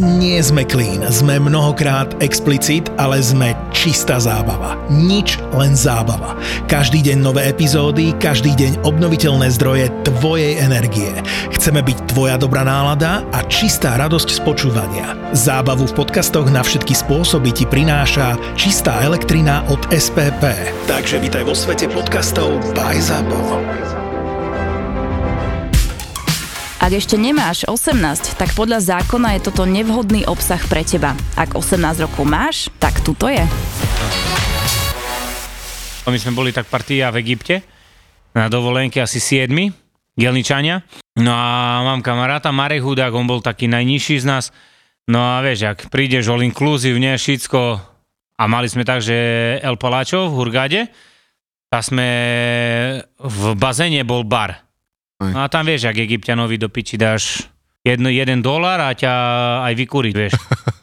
nie sme clean, sme mnohokrát explicit, ale sme čistá zábava. Nič, len zábava. Každý deň nové epizódy, každý deň obnoviteľné zdroje tvojej energie. Chceme byť tvoja dobrá nálada a čistá radosť z počúvania. Zábavu v podcastoch na všetky spôsoby ti prináša čistá elektrina od SPP. Takže vitaj vo svete podcastov by Zábavo. Ak ešte nemáš 18, tak podľa zákona je toto nevhodný obsah pre teba. Ak 18 rokov máš, tak tu to je. My sme boli tak partia v Egypte, na dovolenke asi 7, gelničania. No a mám kamaráta Marek Hudák, on bol taký najnižší z nás. No a vieš, ak prídeš all inclusívne, všetko, a mali sme tak, že El Palačo v Hurgade, a sme v bazéne bol bar. No a tam vieš, ak egyptianovi do piči dáš jedno, jeden dolar a ťa aj vykúriť, vieš.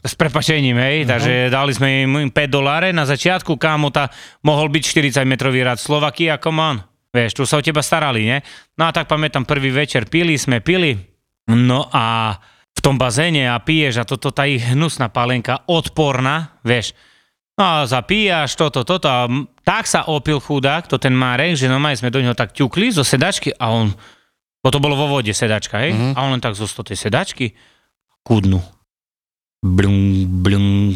S prepačením, hej, no. takže dali sme im 5 doláre na začiatku, kámo, tá mohol byť 40-metrový rad Slovakia, come on. Vieš, tu sa o teba starali, ne? No a tak pamätám, prvý večer pili sme, pili, no a v tom bazéne a piješ a toto tá ich hnusná palenka, odporná, vieš. No a zapíjaš toto, toto a m- tak sa opil chudák, to ten Marek, že normálne sme do neho tak ťukli zo sedačky a on bo to bolo vo vode sedačka, hej? Mm-hmm. A on len tak zostal tej sedačky, kúdnu. Blung, blung.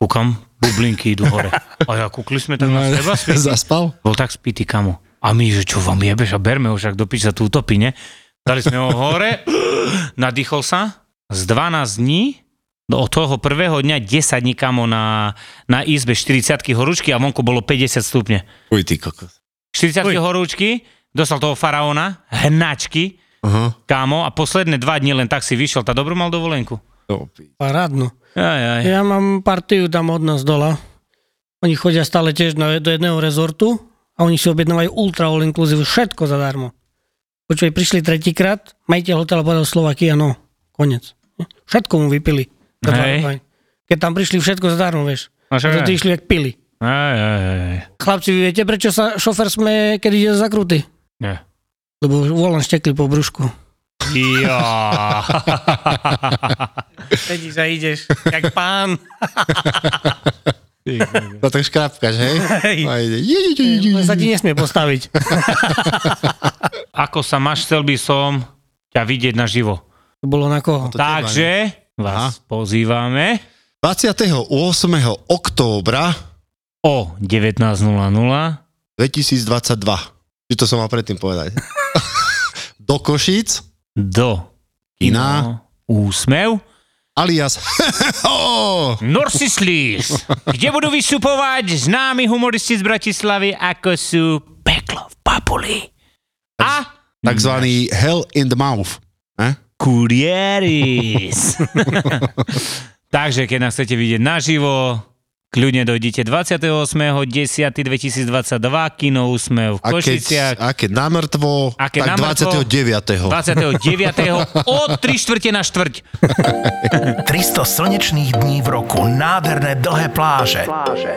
Kúkam, bublinky idú hore. A ja kúkli sme tak No, na seba, späť. Zaspal? bol tak spýty kamo. A my, že čo vám jebeš a berme ho, však do piča tu utopí, ne? Dali sme ho hore, nadýchol sa, z 12 dní, do- od toho prvého dňa 10 dní kamo na, na izbe 40 horúčky a vonku bolo 50 stupne. Uj, ty kokos. 40 horúčky, dostal toho faraóna, hnačky, Aha. kámo, a posledné dva dni len tak si vyšiel, tá dobrú mal dovolenku. To opi- Parádno. Aj, aj. Ja mám partiu tam od nás dola. Oni chodia stále tiež na, do jedného rezortu a oni si objednávajú ultra all inclusive, všetko zadarmo. Počuj, prišli tretíkrát, majiteľ hotela povedal Slovakia, no, konec. Všetko mu vypili. Za dva Hej. roky. Keď tam prišli všetko zadarmo, vieš. No, však A to aj. išli jak pili. Aj, aj, aj. Chlapci, vy viete, prečo sa šofer sme, keď ide za krúty? Nie. Lebo volan štekli po brúšku. Jo. Sedíš a ideš, jak pán. To tak škrápkaš, hej? Hej. A ide. Je, je, je, je, je. Len sa ti nesmie postaviť. Ako sa máš, chcel by som ťa vidieť na živo. To bolo na koho? To no. teba, ne? Takže vás pozývame 28. októbra o 19.00. 2022. Či to som mal predtým povedať. Do Košíc do Kina. Úsmev. alias Norsislis, kde budú vystupovať známi humoristi z Bratislavy, ako sú Peklo v Papuli a takzvaný Hell in the Mouth. Eh? Kurieris. Takže keď nás chcete vidieť naživo, kľudne dojdite 28.10.2022, kino Úsmev v A keď, Košiciach. a keď namrtvo, A keď tak namrtvo, 29. 29. od 3 štvrte na štvrť. 300 slnečných dní v roku, nádherné dlhé pláže,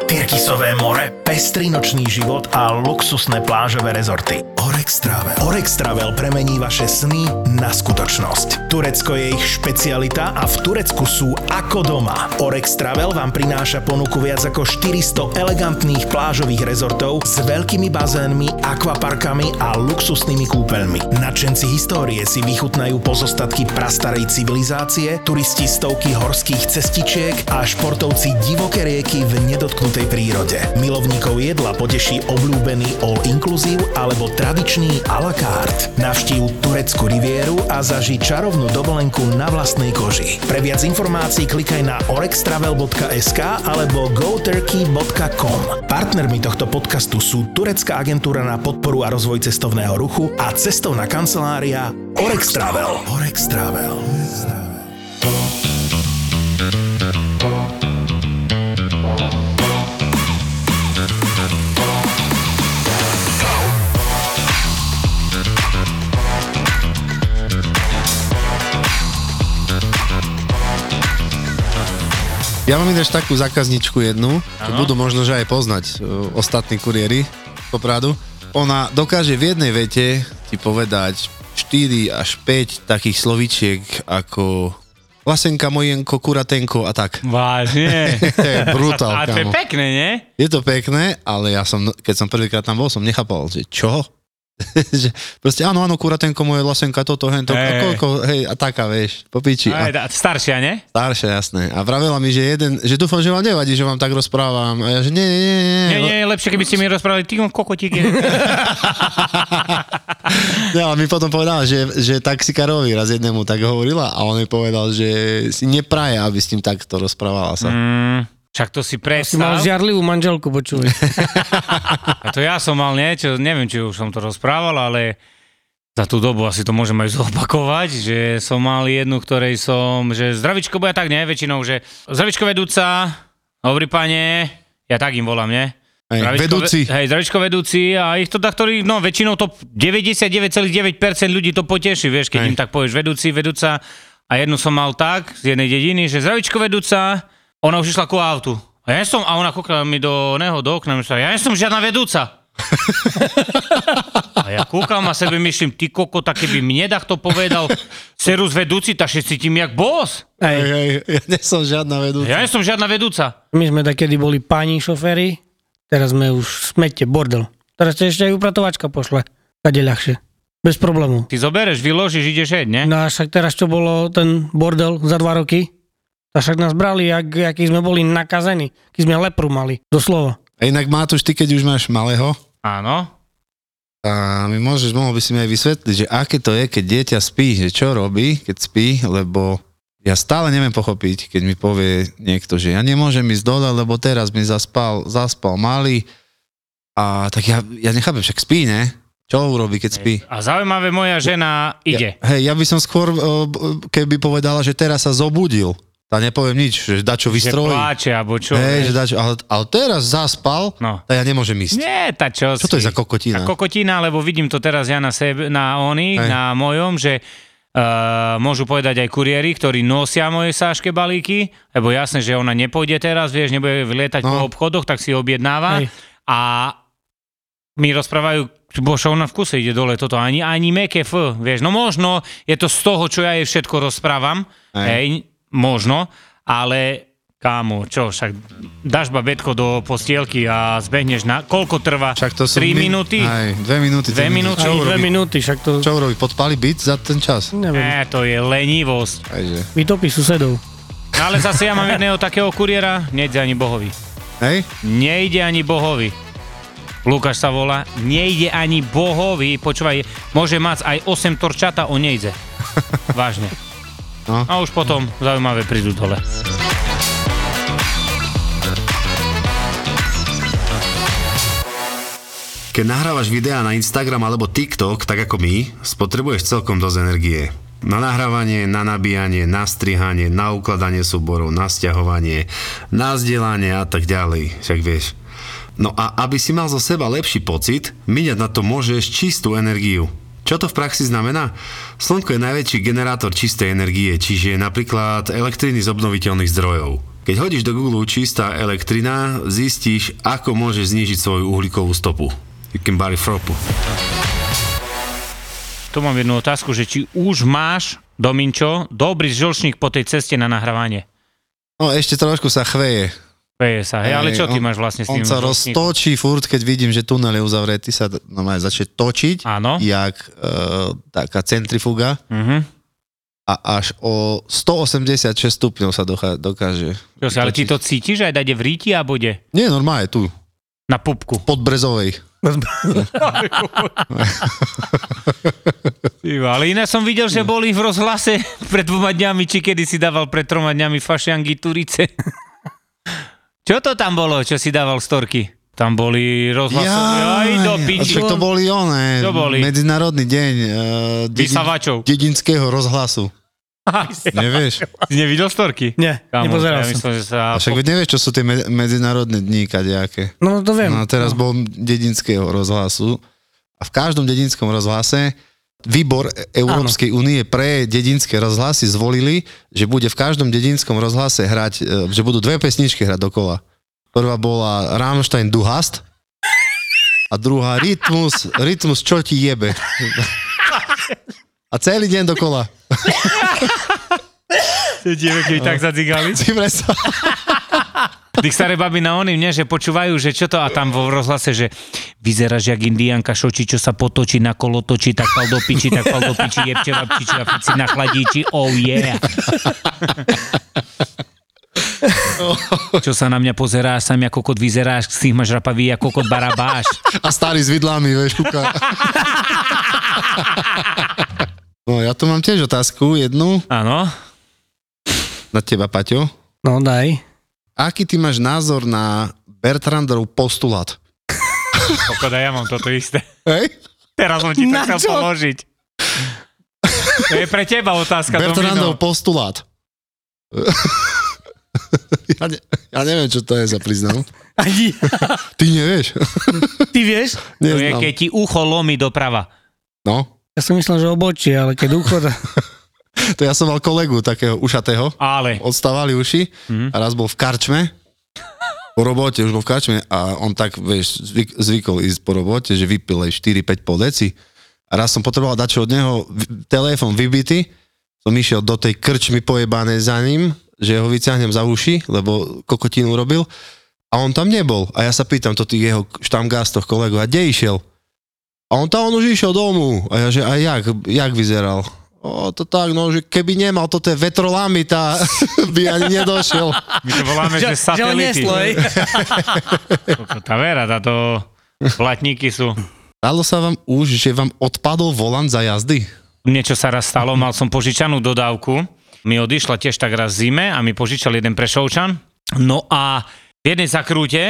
Tyrkisové more, pestrý nočný život a luxusné plážové rezorty. Orex Travel. Orex Travel premení vaše sny na skutočnosť. Turecko je ich špecialita a v Turecku sú ako doma. Orex Travel vám prináša ponuku viac ako 400 elegantných plážových rezortov s veľkými bazénmi, akvaparkami a luxusnými kúpeľmi. Nadšenci histórie si vychutnajú pozostatky prastarej civilizácie, turisti stovky horských cestičiek a športovci divoké rieky v nedotknutej prírode. Milovníkov jedla poteší obľúbený all inclusive alebo tradičný a la carte. Navštív Tureckú rivieru a zaži čarovnú dovolenku na vlastnej koži. Pre viac informácií klikaj na orextravel.sk alebo goturkey.com. Partnermi tohto podcastu sú Turecká agentúra na podporu a rozvoj cestovného ruchu a cestovná kancelária Orex Travel. Orex Travel. Ja mám ináč takú zákazničku jednu, čo budú možno, že aj poznať uh, ostatní kuriéri z Popradu. Ona dokáže v jednej vete ti povedať 4 až 5 takých slovíčiek ako Vasenka, Mojenko, Kuratenko a tak. Vážne. To je brutál, A to je kamo. pekné, nie? Je to pekné, ale ja som, keď som prvýkrát tam bol, som nechápal, že čo? že proste áno, áno, Kuratenko, moje Lasenka, toto, hento, Hej. a koľko, hej, a taká, vieš, po piči. Aj, A tá- staršia, nie? staršia, jasné. A vravela mi, že jeden, že dúfam, že vám nevadí, že vám tak rozprávam. A ja, že nie, nie, nie, nie. Nie, nie, lepšie, keby ste mi rozprávali, ty on kokotíky. No, ale mi potom povedala, že, že taxikárovi raz jednému tak hovorila a on jej povedal, že si nepraje, aby s ním takto rozprávala sa. Mm. Mm, však to si Si predstav. mal žiarlivú manželku, počuj. A to ja som mal niečo, neviem, či už som to rozprával, ale za tú dobu asi to môžem aj zopakovať, že som mal jednu, ktorej som, že zdravičko bude tak, nie, väčšinou, že zdravičko vedúca, dobrý pane, ja tak im volám, nie? Hej, Zdravičko vedúci. Ve, hej, zdravičko vedúci a ich to tak, ktorí, no väčšinou to 99,9% ľudí to poteší, vieš, keď Hej. im tak povieš vedúci, vedúca a jednu som mal tak z jednej dediny, že zdravičko vedúca, ona už išla ku autu. A ja som, a ona kúkala mi do neho, do okna, myšla, ja nie som žiadna vedúca. A ja kúkam a sebe myslím, ty koko, tak keby mne dach to povedal, serus vedúci, tak sa cítim jak boss. Hej, hej, ja nie som žiadna vedúca. Ja nie som žiadna vedúca. My sme takedy boli páni šoféry, teraz sme už smete, bordel. Teraz sa ešte aj upratovačka pošle, kade ľahšie. Bez problémov. Ty zobereš, vyložíš, ideš heď, ne? No a však teraz čo bolo ten bordel za dva roky? A však nás brali, jak, aký sme boli nakazení, aký sme lepru mali, doslova. A inak Matúš, ty keď už máš malého, Áno. a mi môžeš, mohol by si mi aj vysvetliť, že aké to je, keď dieťa spí, že čo robí, keď spí, lebo ja stále neviem pochopiť, keď mi povie niekto, že ja nemôžem ísť dole, lebo teraz mi zaspal, zaspal malý. A tak ja, ja nechápem, však spí, ne? Čo urobí, keď spí? A zaujímavé, moja žena ide. Ja, hej, ja by som skôr, e, b- keby povedala, že teraz sa zobudil. Tá nepoviem nič, že dačo Že vystrojí. pláče, alebo čo. Hej, že dačo, ale, ale teraz zaspal, No. no. tak ja nemôžem ísť. Nie, tá čo Čo to je za Tá kokotina? kokotina, lebo vidím to teraz ja na, sebe, na oných, Hej. na mojom, že uh, môžu povedať aj kuriéri, ktorí nosia moje sáške balíky, lebo jasné, že ona nepôjde teraz, vieš, nebude lietať no. po No. obchodoch, tak si objednáva Hej. a mi rozprávajú, bože, ona v kuse ide dole toto, ani, ani meké F, vieš, no možno je to z toho, čo ja jej všetko rozprávam, Hej. hej, možno, ale kámo, čo, však dáš babetko do postielky a zbehneš na, koľko trvá? Však to sú... 3 min- minúty? Aj, dve minúty. Dve tri minúty. Ani Čo dve urobí? minúty, však to, Čo urobí? Podpali byt za ten čas? neviem, Né, to je lenivosť. Takže. vytopí susedov. No ale zase ja mám jedného takého kuriéra, nejde ani bohovi. Hej? Nejde ani bohovi. Lukáš sa volá, nejde ani bohovi, počúvaj, môže mať aj 8 torčata, on nejde. Vážne. No. A už potom zaujímavé prídu dole. Keď nahrávaš videá na Instagram alebo TikTok, tak ako my, spotrebuješ celkom dosť energie. Na nahrávanie, na nabíjanie, na strihanie, na ukladanie súborov, na stiahovanie, na zdieľanie a tak ďalej, však vieš. No a aby si mal zo seba lepší pocit, míňať na to môžeš čistú energiu. Čo to v praxi znamená? Slnko je najväčší generátor čistej energie, čiže napríklad elektriny z obnoviteľných zdrojov. Keď hodíš do Google čistá elektrina, zistíš, ako môžeš znížiť svoju uhlíkovú stopu. You can buy fropu. Tu mám jednu otázku, že či už máš, Dominčo, dobrý žlčník po tej ceste na nahrávanie. No ešte trošku sa chveje. Peje sa, hej, ale Hej, čo ty on- máš vlastne s tým? On sa žlčníkom? roztočí furt, keď vidím, že tunel je uzavretý, sa d- normálne začne točiť, Áno. jak e, taká centrifuga Mhm. a až o 186 stupňov sa docha- dokáže. Čo si, ale ty vytočiť. to cítiš aj dade v ríti a bude? Nie, normálne, tu, Na pupku. pod Brezovej. Ty, ale iné som videl, že boli v rozhlase pred dvoma dňami, či kedy si dával pred troma dňami fašiangy Turice. Čo to tam bolo, čo si dával storky? Tam boli rozhlasové... Aj do a piči. však to boli one, Čo boli? Medzinárodný deň e, Vysavačov. dedinského rozhlasu. Aj, Nevieš? Si nevidel storky? Nie, Kámo, nepozeral ja som. Myslím, že sa... A však veď nevieš, čo sú tie me- medzinárodné dní, kadejaké. No to viem. No a teraz bol dedinského rozhlasu a v každom dedinskom rozhlase výbor E- Európskej únie pre dedinské rozhlasy zvolili, že bude v každom dedinskom rozhlase hrať, e, že budú dve pesničky hrať dokola. Prvá bola Rammstein Du hast a druhá Rytmus, Rytmus čo ti jebe. A celý deň dokola. Tie dievky tak zadzigali. Si predstav. Tých staré baby na oným, nie, že počúvajú, že čo to a tam vo rozhlase, že vyzeráš jak indianka šoči, čo sa potočí na kolo točí, tak pal do piči, tak pal do piči, jebče vapčiči a pici na chladíči, oh yeah. čo sa na mňa pozeráš, sám ako kokot vyzeráš, si máš rapavý ako kokot barabáš. A starý s vidlami, vieš, kúka. No ja tu mám tiež otázku, jednu Áno, na teba, Paťo. No daj. Aký ty máš názor na Bertrandov postulát? pokoda, ja mám toto isté. Hej? Teraz som ti to Na chcel čo? položiť. To je pre teba otázka, Bertrandov Domino. postulát. ja, ne, ja neviem, čo to je za priznám. Ani. Ty nevieš. Ty vieš? To je, Neznám. keď ti ucho lomí doprava. No, Ja som myslel, že obočie, ale keď uchoda. to ja som mal kolegu takého ušatého. Ale. Odstávali uši a raz bol v karčme. Po robote už bol v karčme a on tak, vieš, zvyk, zvykol ísť po robote, že vypil aj 4-5 pol deci. A raz som potreboval dať čo od neho, v- telefón vybitý, som išiel do tej krčmy pojebané za ním, že ho vyťahnem za uši, lebo kokotinu robil. A on tam nebol. A ja sa pýtam to tých jeho štamgástoch kolegov, a kde išiel? A on tam on už išiel domu. A ja, že a jak, jak vyzeral? O, to tak, no, že keby nemal to tie vetrolamy, tá by ani nedošiel. My to voláme, že, že ho satelity. neslo, hej. Koko, Tá vera, táto platníky sú. Stalo sa vám už, že vám odpadol volant za jazdy? Niečo sa raz stalo, mal som požičanú dodávku. Mi odišla tiež tak raz v zime a mi požičal jeden prešovčan. No a v jednej zakrúte,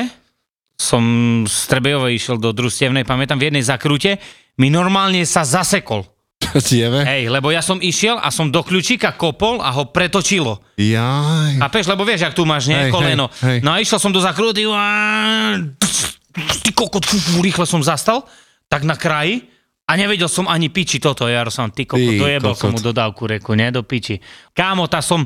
som z Trebejovej išiel do Drustevnej, pamätám, v jednej zakrúte mi normálne sa zasekol. Tieve. Hej, lebo ja som išiel a som do kľúčika kopol a ho pretočilo. Jaj. A peš, lebo vieš, ak tu máš, nie, hej, Hej, koleno. hej, hej. Hej, hej. No a išiel som do zakrúty a ty kokot, fú, fú, rýchle som zastal, tak na kraji a nevedel som ani piči toto, ja som ty kokot, Ty dojebal som mu kokot. dodávku, reku, ne, do piči. Kámo, tá som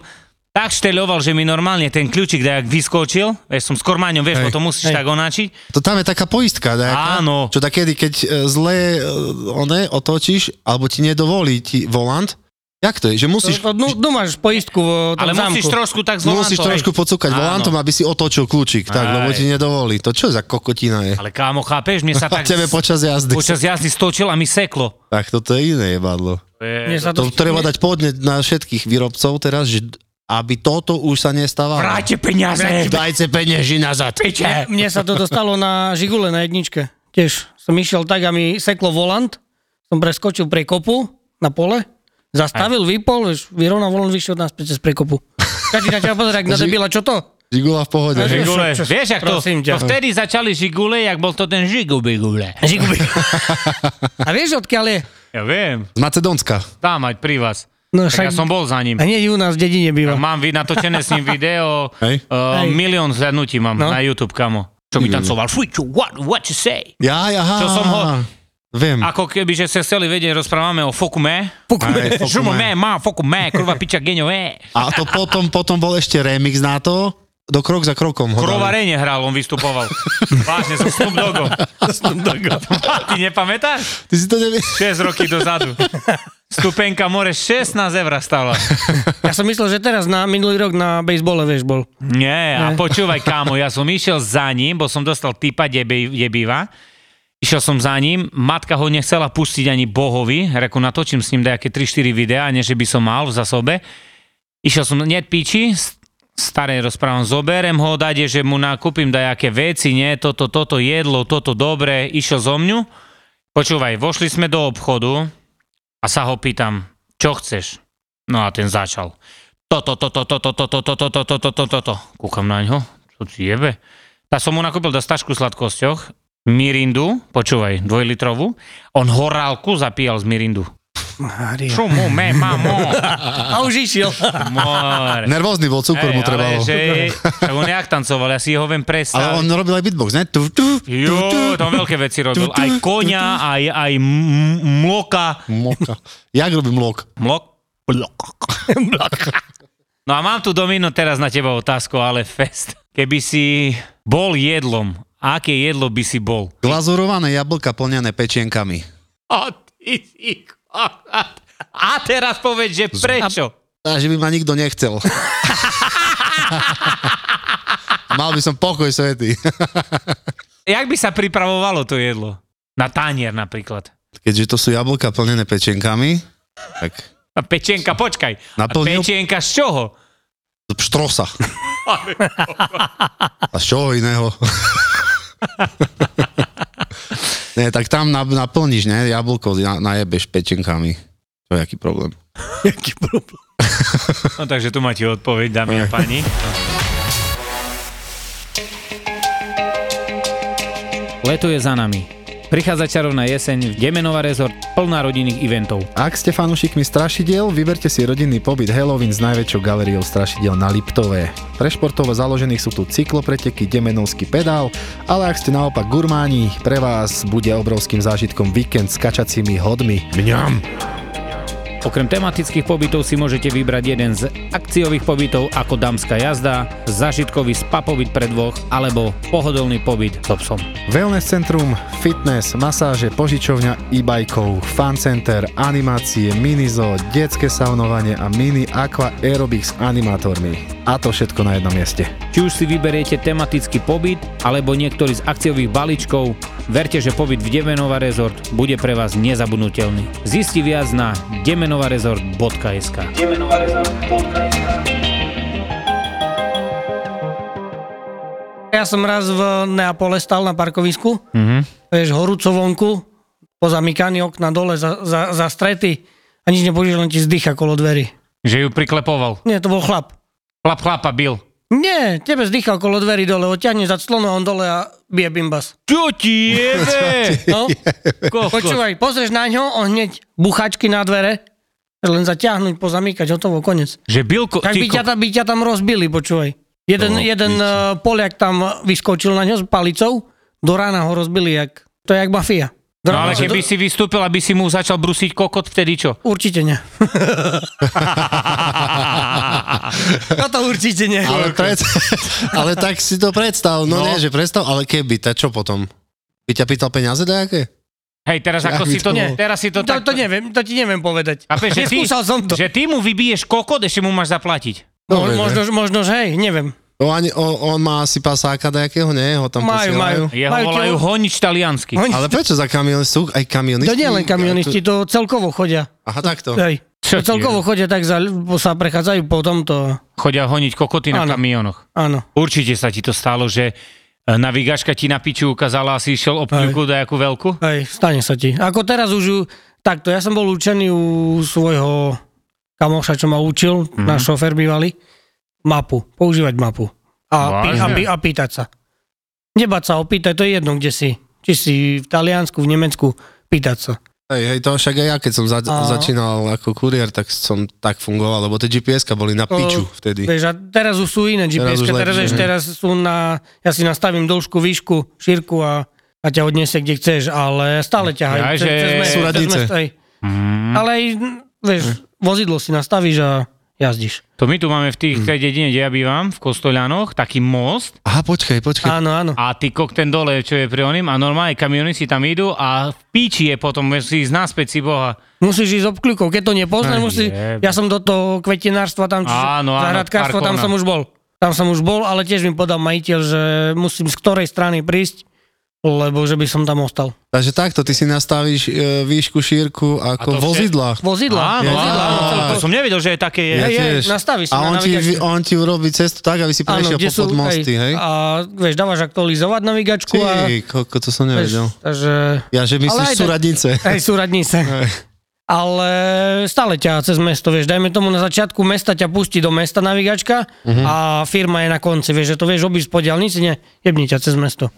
tak šteľoval, že mi normálne ten kľúčik dajak vyskočil, vieš, som s kormáňom, vieš, Hej, hej, to musíš hej. hej. tak onáčiť. To tam je taká poistka, nejaká, Áno. Čo takedy, keď e, zle e, one otočíš, alebo ti nedovolí ti volant, jak to je, že musíš, To- to- No, no máš poistku vo tom Ale zámku. musíš trošku tak zvolať. musíš trošku pocúkať volantom, aby si otočil kľúčik, tak, Aj. lebo ti nedovolí. To čo za kokotina je? Ale kámo, chápeš, mne sa tak A tebe počas jazdy. počas jazdy stočil a mi seklo. Tak toto je iné jebadlo. Mne sa To treba dať podnet na všetkých výrobcov teraz, že aby toto už sa nestávalo. Vráťte peniaze! Dajte peniaži nazad. Piče! Mne sa to dostalo na Žigule na jedničke. Tiež som išiel tak a mi seklo volant, som preskočil pre kopu na pole, zastavil, vypol, vieš, vyrovnal volant, vyšiel od nás cez prekopu. Každý na teba pozerá, ak na debila, čo to? Žigula v pohode. Žigula. Žigule. Čo- čo- Vieš, jak to, prosím ťa. to vtedy začali žigule, jak bol to ten žigubigule. Žigubi. A vieš, odkiaľ je? Ja viem, Z Macedónska. tam mať pri vás. Tak No ja však, som bol za ním. a nie u nás v dedine býva. Mám vy- natočené s ním video, Hej. uh, Hej. milión zhľadnutí mám No. na YouTube, kamo. Čo mi tancoval, fuj, čo, what, what you say? Ja, aha. Čo som ho- Viem. Ako keby, že ste chceli vedieť, rozprávame o fokume. Aj, fokume. Žumome, má fokume, kurva piča eh. geňové. A to potom, potom bol ešte remix na to, do krok za krokom. ho dali. Krovarene hral, on vystupoval. Vážne, som Snoop Doggom. Snoop Doggom. Ty nepamätáš? Ty si to nevieš. 6 roky dozadu. Stupenka more 16 eur stála. Ja som myslel, že teraz na minulý rok na bejsbole, vieš, bol. Nie, a Ne. počúvaj, kámo, ja som išiel za ním, bo som dostal typa, kde, by, kde býva. Išiel som za ním, matka ho nechcela pustiť ani bohovi, reku natočím s ním nejaké 3-4 videá, nie že by som mal za sobe. Išiel som, net piči, s- staré rozprávam, zoberem ho, dajde, že mu nakúpim dajaké veci, nie, toto, toto jedlo, toto dobre, išiel zo mňu. Počúvaj, vošli sme do obchodu a sa ho pýtam, čo chceš? No a ten začal toto, toto, toto, toto, toto, toto, toto, toto. Kúkam na ňo, čo ti jebe. Tá som mu nakúpil dostačku sladkosťoch, mirindu, počúvaj, dvojlitrovú. On horálku zapíjal z mirindu. Mária. Čo mu me, mamo? A už išiel. More. Nervózny bol, cukor mu trebalo. Ale, že, tak on jak tancoval, ja si ho viem Ale predstaviť. on robil aj beatbox, ne? Tu, tu, tu, Jo, tam veľké veci robil. Aj konia, aj, aj m- mloka. Mloka. Jak robím mlok? Mlok? Mlok. No a mám tu, Domino, teraz na teba otázku, ale fest. Keby si bol jedlom, aké jedlo by si bol? Glazurované jablka plnené pečienkami. A ty si kokot. A teraz povedz, že prečo? A že by ma nikto nechcel. Mal by som pokoj svety. Jak by sa pripravovalo to jedlo? Na tanier napríklad. Keďže to sú jablka plnené pečenkami, tak A pečenka, počkaj. A Naplnil- pečenka z čoho? pštrosa. A z čoho iného? Nie, tak tam na- naplníš, ne? Jablko na- najebeš pečenkami. To je aký problém. Jaký problém. No takže tu máte odpoveď, dámy a páni. Leto je za nami. Prichádza čarovná jeseň v Demenova rezort plná rodinných eventov. Ak ste fanúšikmi strašidiel, vyberte si rodinný pobyt Halloween s najväčšou galériou strašidiel na Liptové. Pre športovo založených sú tu cyklopreteky, demenovský pedál, ale ak ste naopak gurmáni, pre vás bude obrovským zážitkom víkend s kačacími hodmi. Okrem tematických pobytov si môžete vybrať jeden z akciových pobytov ako dámska jazda, zažitkový spa pobyt pre dvoch alebo pohodlný pobyt so psom. Wellness centrum, fitness, masáže, požičovňa e-bajkov, fan center, animácie, minizo, detské saunovanie a mini aqua aerobics s animátormi. A to všetko na jednom mieste. Či už si vyberiete tematický pobyt alebo niektorý z akciových balíčkov, verte, že pobyt v Demenova Resort bude pre vás nezabudnutelný. Zisti viac na demenovaresort.sk. Ja som raz v Neapole stal na parkovisku, mm-hmm. vieš, horúco vonku, pozamykaný okna dole, za, za, za strety a nič nepočuješ, len ti zdycha kolo dverí. Že ju priklepoval. Nie, to bol chlap. Chlap chlapa bil. Nie, tebe zdycha kolo dverí dole, odťahneš za clonu a on dole a bije bimbas. Čo ti jebe? No, Kokos. počúvaj, pozrieš na ňo, on hneď buchačky na dvere, len zaťahnuť, pozamykať, hotovo, konec. Že Bilko... Tak ty by ťa, ko- tam- by ťa tam rozbili, počúvaj. Jeden, No, To jeden piči. eh, Poliak tam vyskočil na ňo s palicou, do rána ho rozbili, jak, to je jak mafia. No ale keby si vystúpil, aby si mu začal brusiť kokot, vtedy čo? Určite nie. Toto No určite nie. Ale, pred... ale tak si to predstav, no, No. no. nie, že predstav, ale keby, tak čo potom? By ťa pýtal peniaze dajaké? Hej, teraz ako by si to... to- Nie. Teraz si to, To, to, tak... neviem, to ti neviem povedať. Chápeš, že, ty, Neskúšal som to. že ty mu vybiješ kokot, ešte mu máš zaplatiť. Mo- Dobre, možno, možno, že hej, neviem. On, ani- on, on má asi pasáka dajakého, nie? Ho tam Majú, posielajú. majú. Jeho volajú tie- honič taliansky. Oni- Ale prečo za kamion sú aj kamionisti? To nie len kamionisti, to celkovo chodia. Aha, takto. Hej. Čo ti celkovo chodia tak, za, sa prechádzajú po tomto. Chodia honiť kokoty na Áno. kamionoch. Áno. Určite sa ti to stalo, že e, navigačka ti na piču ukázala a si išiel obkľúku dajakú veľkú? Hej, stane sa ti. Ako teraz už, ju- takto, ja som bol učený u svojho kamoša, čo ma učil, mm-hmm. náš šofér bývalý, mapu, používať mapu a, pý, a, Vážne? pý, a pýtať sa. Nebať sa opýtať, to je jedno, kde si. Či si v Taliansku, v Nemecku, pýtať sa. Hej, hej, to však aj ja, keď som za- A- začínal ako kuriér, tak som tak fungoval, lebo tie GPS-ka boli na piču To- vtedy. Vieš, a teraz už sú iné Teraz GPS, už teraz, lepšie, vieš, hej. teraz sú na, ja si nastavím dĺžku, výšku, šírku a, a ťa odniesie, kde chceš, ale stále ťahajú. Ja, cez- že Mhm. cez mesto, sú cez radnice. mesto, hej. Ale aj, vieš, vozidlo si nastavíš a jazdíš. To my tu máme v tých, tej Mm. dedine, kde ja bývam, v Kostoľanoch, taký most Aha, počkaj, počkaj. Áno, áno. a ty kok ten dole, čo je pri oným a normálne kamiony si tam idú a v píči je potom, musí ísť naspäť si boha. Musíš ísť obkľukov, keď to Aj, nepoznáš, musíš... jebe. Ja som do toho kvetinárstva tam, čiže Áno, áno, záhradkárstvo, Parkona. tam som už bol. Tam som už bol, ale tiež mi podal majiteľ, že musím z ktorej strany prísť, lebo že by som tam ostal. Takže takto, ty si nastavíš e, výšku, šírku to ako vše- vozidla. Vozidla. Áno, áno, vozidla, áno, celkovo. to som nevedel, že je také je. Ja Hej, hej, tiež. nastavíš si A na on ti, navigačku. vy- on ti urobí cestu tak, aby si prešiel kde popod mosty, hej? A vieš, dávaš aktualizovať navigačku a... Ty, koľko to som Vieš, nevedel. takže... Ja, že Ale aj myslíš tak- súradnice. Hej, súradní sa. Ale stále ťa cez mesto, vieš, dajme tomu na začiatku mesta ťa pustí do mesta navigačka Mhm. uh-huh. a firma je na konci, vieš, že to vieš obísť po diálnici, ne, jebni ťa cez mesto.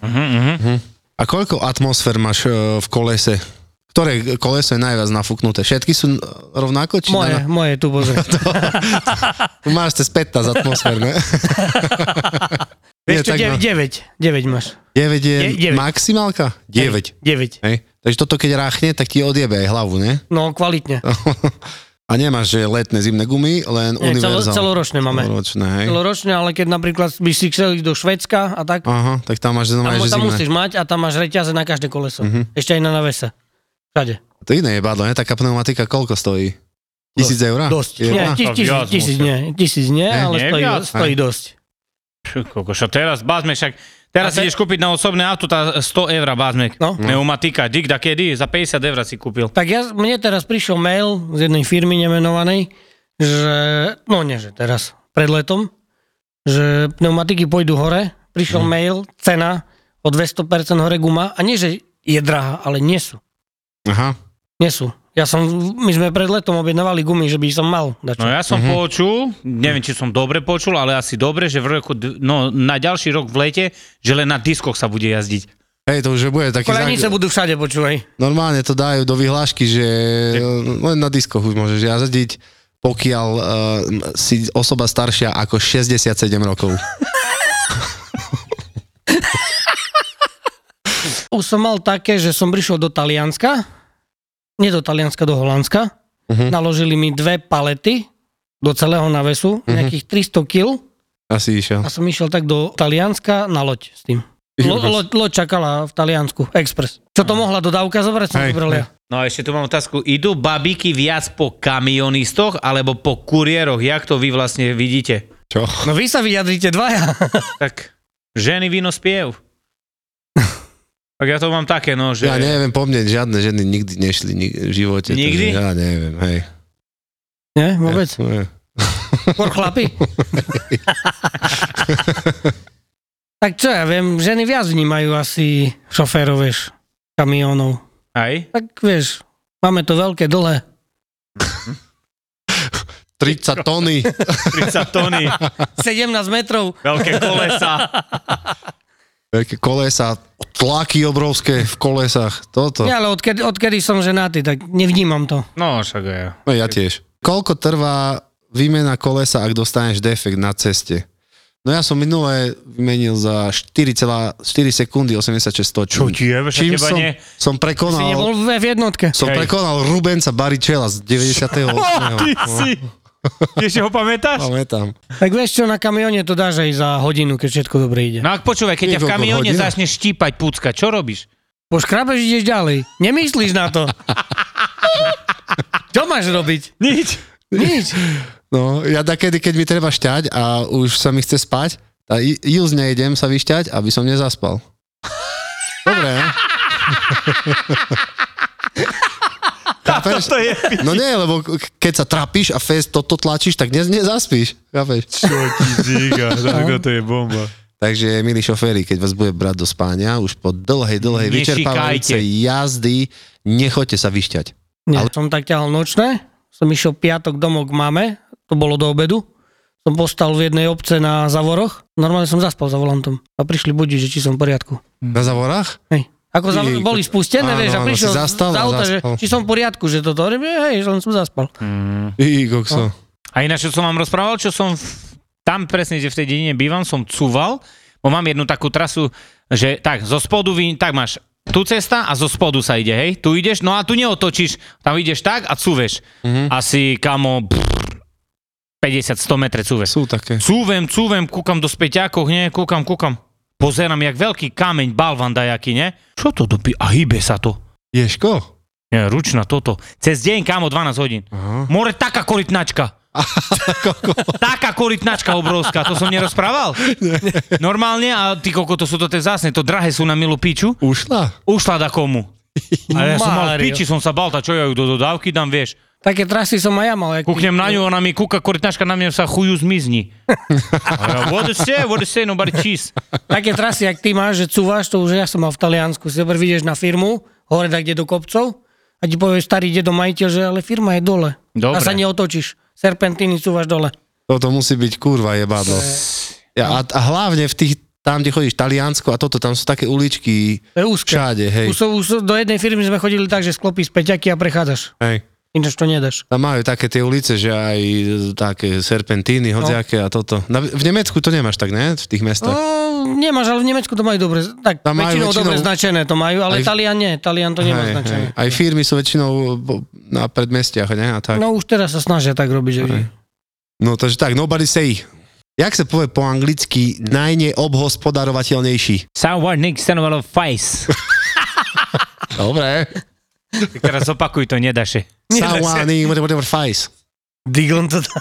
A koľko atmosfér máš e, v kolese? Ktoré koleso je najviac nafúknuté? Všetky sú e, rovnako? Či Moje, na- moje tu pozri. Tu Máš cez 15 atmosfér, ne? vieš Nie, čo, tak no. 9, 9, 9 máš. 9 je Je- deväť. maximálka? 9. 9. Hej. Takže toto keď ráchne, tak ti odjebe aj hlavu, ne? No, kvalitne. A nemáš, že letné, zimné gumy, len Nie, celo, univerzál. celoročné máme. Celoročné, hej. Celoročné, ale keď napríklad by si chcel ísť do Švedska a tak, Aha, tak tam máš Tam, znamená, No, že tam zimné. Mhm. musíš mať a tam máš reťaze na každé koleso. Ešte aj na navese. Všade. To iné je badlo, ne? Taká pneumatika koľko stojí? Tisíc eur? Dosť. Ah, Je Nie, veľa? tis, To tisíc, viac tisíc, musí. nie, tisíc nie, ale nie stojí, viac, stojí dosť. Čo, Kokošo, teraz bázme však, teraz A te- ideš kúpiť na osobné auto, tá 100 eur bázme. No. Pneumatika, dik da kedy, za 50 eur si kúpil. Tak ja, mne teraz prišiel mail z jednej firmy nemenovanej, že, no nie, že teraz, pred letom, že pneumatiky pôjdu hore, Mhm. prišiel mail, cena o 200% hore guma a nie, že je drahá, ale nie sú. Aha. Nie sú. Ja som, my sme pred letom objednávali gumy, že by som mal dačo. No ja som počul, neviem, či som dobre počul, ale asi dobre, že v roku, d- no, na ďalší rok v lete, že len na diskoch sa bude jazdiť. Hej, to už bude taký Kolenice zák- budú všade, počúvaj. Normálne to dajú do vyhlášky, že len na diskoch už môžeš jazdiť, pokiaľ uh, si osoba staršia ako 67 rokov. Už som mal také, že som prišiel do Talianska, nie do Talianska, do Holandska, Mhm. naložili mi dve palety do celého navesu, nejakých 300 kg Asi išiel. a som išiel tak do Talianska na loď s tým. Lo, lo, loď čakala v Taliansku, Express. Čo to mohla dodávka zobrať, som Hej, zobral ja. No a ešte tu mám otázku, idú babiky viac po kamionistoch alebo po kuriéroch, jak to vy vlastne vidíte? Čo? No vy sa vyjadrite dvaja. Tak, ženy víno spiev. tak ja to mám také, no, že... Ja neviem, po mne žiadne ženy nikdy nešli nik- v živote. takže Nikdy? Ja neviem, hej. Nie, vôbec. Ja, Por chlapi. tak čo ja viem, ženy viac vnímajú asi šoférov, vieš, kamionov. Aj? Tak vieš, máme to veľké, dlhé. 30 tony. 30 tony, 17 metrov. veľké kolesa. Veľké kolesa, tlaky obrovské v kolesách, toto. Nie, ale odkedy, odkedy som ženatý, tak nevnímam to. No, však aj. No ja tiež. Koľko trvá výmena kolesa, ak dostaneš defekt na ceste? No ja som minulé vymenil za 4,4 sekundy 86 Čo točín. ti je, však Čím teba som, nie? som Si nebol prekonal, v v jednotke. som Hej. prekonal Rubenca Baričela z 98. Ty si, ešte ho pamätáš? Pamätám. Tak vieš čo, na kamióne to dáš aj za hodinu, keď všetko dobre ide. No ak počúvaj, keď ťa v Niekoľko kamióne hodín. začneš štípať púcka, čo robíš? Po škrabeš ideš ďalej. Nemyslíš na to. čo máš robiť? Nič. Nič. No, ja takedy, keď mi treba šťať a už sa mi chce spať, a i- just nejdem sa vyšťať, aby som nezaspal. Dobre, ne? Chápeš? To je... No nie, lebo k- keď sa trapíš a fest toto tlačíš, tak dnes nezaspíš. Chápeš? No. Čo ti díga, Darko, to je bomba. Takže, milí šoféry, keď vás bude brať do spáňa, už po dlhej, dlhej Nešikajte. vyčerpávajúcej jazdy, nechoďte sa vyšťať. Nie, som tak ťahal nočné, som išiel piatok domov k mame, to bolo do obedu, som postal v jednej obce na Zavoroch, normálne som zaspal za volantom a prišli budiť, že či som v poriadku. Hm. Na zavorách? Hej. Ako za, Ty- boli spustené, áno, vieš, a áno, prišiel si zastal z a auta, že zaspal. či som v poriadku, že toto, hovorím, že hej, len som zaspal. I, kokso. A ináč, čo som vám rozprával, čo som v, tam presne, kde v tej dedine bývam, som cúval, bo mám jednu takú trasu, že tak, zo spodu, vy, tak máš tu cesta a zo spodu sa ide, hej, tu ideš, no a tu neotočíš, tam ideš tak a cúveš. Asi, kamo, pff, 50-100 metre cúveš. Sú také. Cúvem, cúvem, kúkam do späťákov, nie, kúkam, kúkam. Pozerám, jak veľký kameň, balvan dajaký, ne? Čo to doby? A hýbe sa to. Ješko? Nie, ručna toto. Cez deň, kámo, 12 hodín. Aha. More, taká korytnačka. taká korytnačka obrovská, to som nerozprával. Normálne, a ty koko, to sú to tie zásne, to drahé sú na milú piču. Ušla? Ušla da komu. A ja som mal Mário. piči, som sa bal, tá čo ja ju do dodávky dám, vieš. Také trasy som aj ja mal. jak- Kúknem na ňu, ona mi kúka korytnačka na mňa sa chuju zmizni. A ja, what is say, what is say, nobody cheese. Také trasy, ak ty máš, že cúvaš, to už ja som mal v Taliansku. Si dobre vidieš na firmu, hore tak kde do kopcov a ti povie starý dedo majiteľ, že ale firma je dole. Dobre. A sa neotočíš. Serpentíny cúvaš dole. Toto musí byť kurva jebadlo. Ja, a, a hlavne v tých, tam, kde chodíš, Taliansko a toto, tam sú také uličky To je úzke. všade, hej. Už, som- už som- do jednej firmy sme chodili tak, že sklopíš peťaky a prechádzaš. hej. Ináč to nedáš. Tam majú také tie ulice, že aj také serpentíny, hodziaké a toto. Na, v Nemecku to nemáš tak, ne? V tých No, mestách. nemáš, ale v Nemecku to majú dobre. Tak, Tam majú väčšinou, väčšinou- dobre značené to majú, ale Aj v- Talian nie. Talian to nemá značené. Aj firmy sú väčšinou bo- na predmestiach, ne? A tak. No. No už teraz sa snažia tak robiť. Že... no takže tak, nobody say. Jak sa povie po anglicky najneobhospodarovateľnejší? Someone needs another face. Dobre. Tak teraz opakuj to, nedaše. Someone in whatever face. Diglom to dá.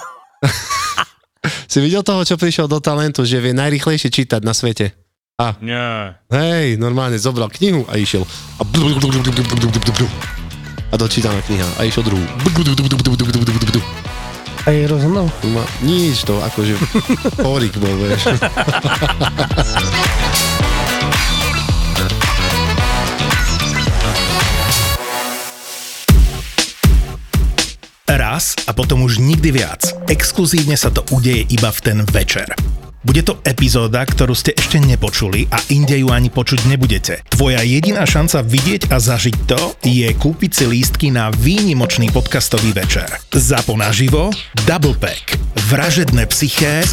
Si videl toho, čo prišiel do talentu, že vie najrychlejšie čítať na svete. Nie. Hej, normálne zobral knihu a išiel. A, blu, blu, blu, blu, blu, blu, blu, blu, blu. a dočítaná kniha. A išiel druhú. Blu, blu, blu, blu, blu, blu, blu, blu, blu. A je rozhodnul. Ma- Nič to, akože porik bol, vieš. Raz a potom už nikdy viac. Exkluzívne sa to udeje iba v ten večer. Bude to epizóda, ktorú ste ešte nepočuli a inde ju ani počuť nebudete. Tvoja jediná šanca vidieť a zažiť to je kúpiť si lístky na výnimočný podcastový večer. Zapo naživo, Double Pack, Vražedné psyché,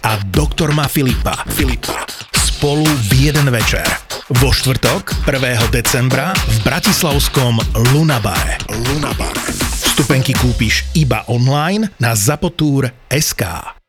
a Doktor má Filipa. Filipa. Spolu v jeden večer. Vo štvrtok 1. decembra v bratislavskom Lunabare. Lunabare. Vstupenky kúpiš iba online na zapotur.sk.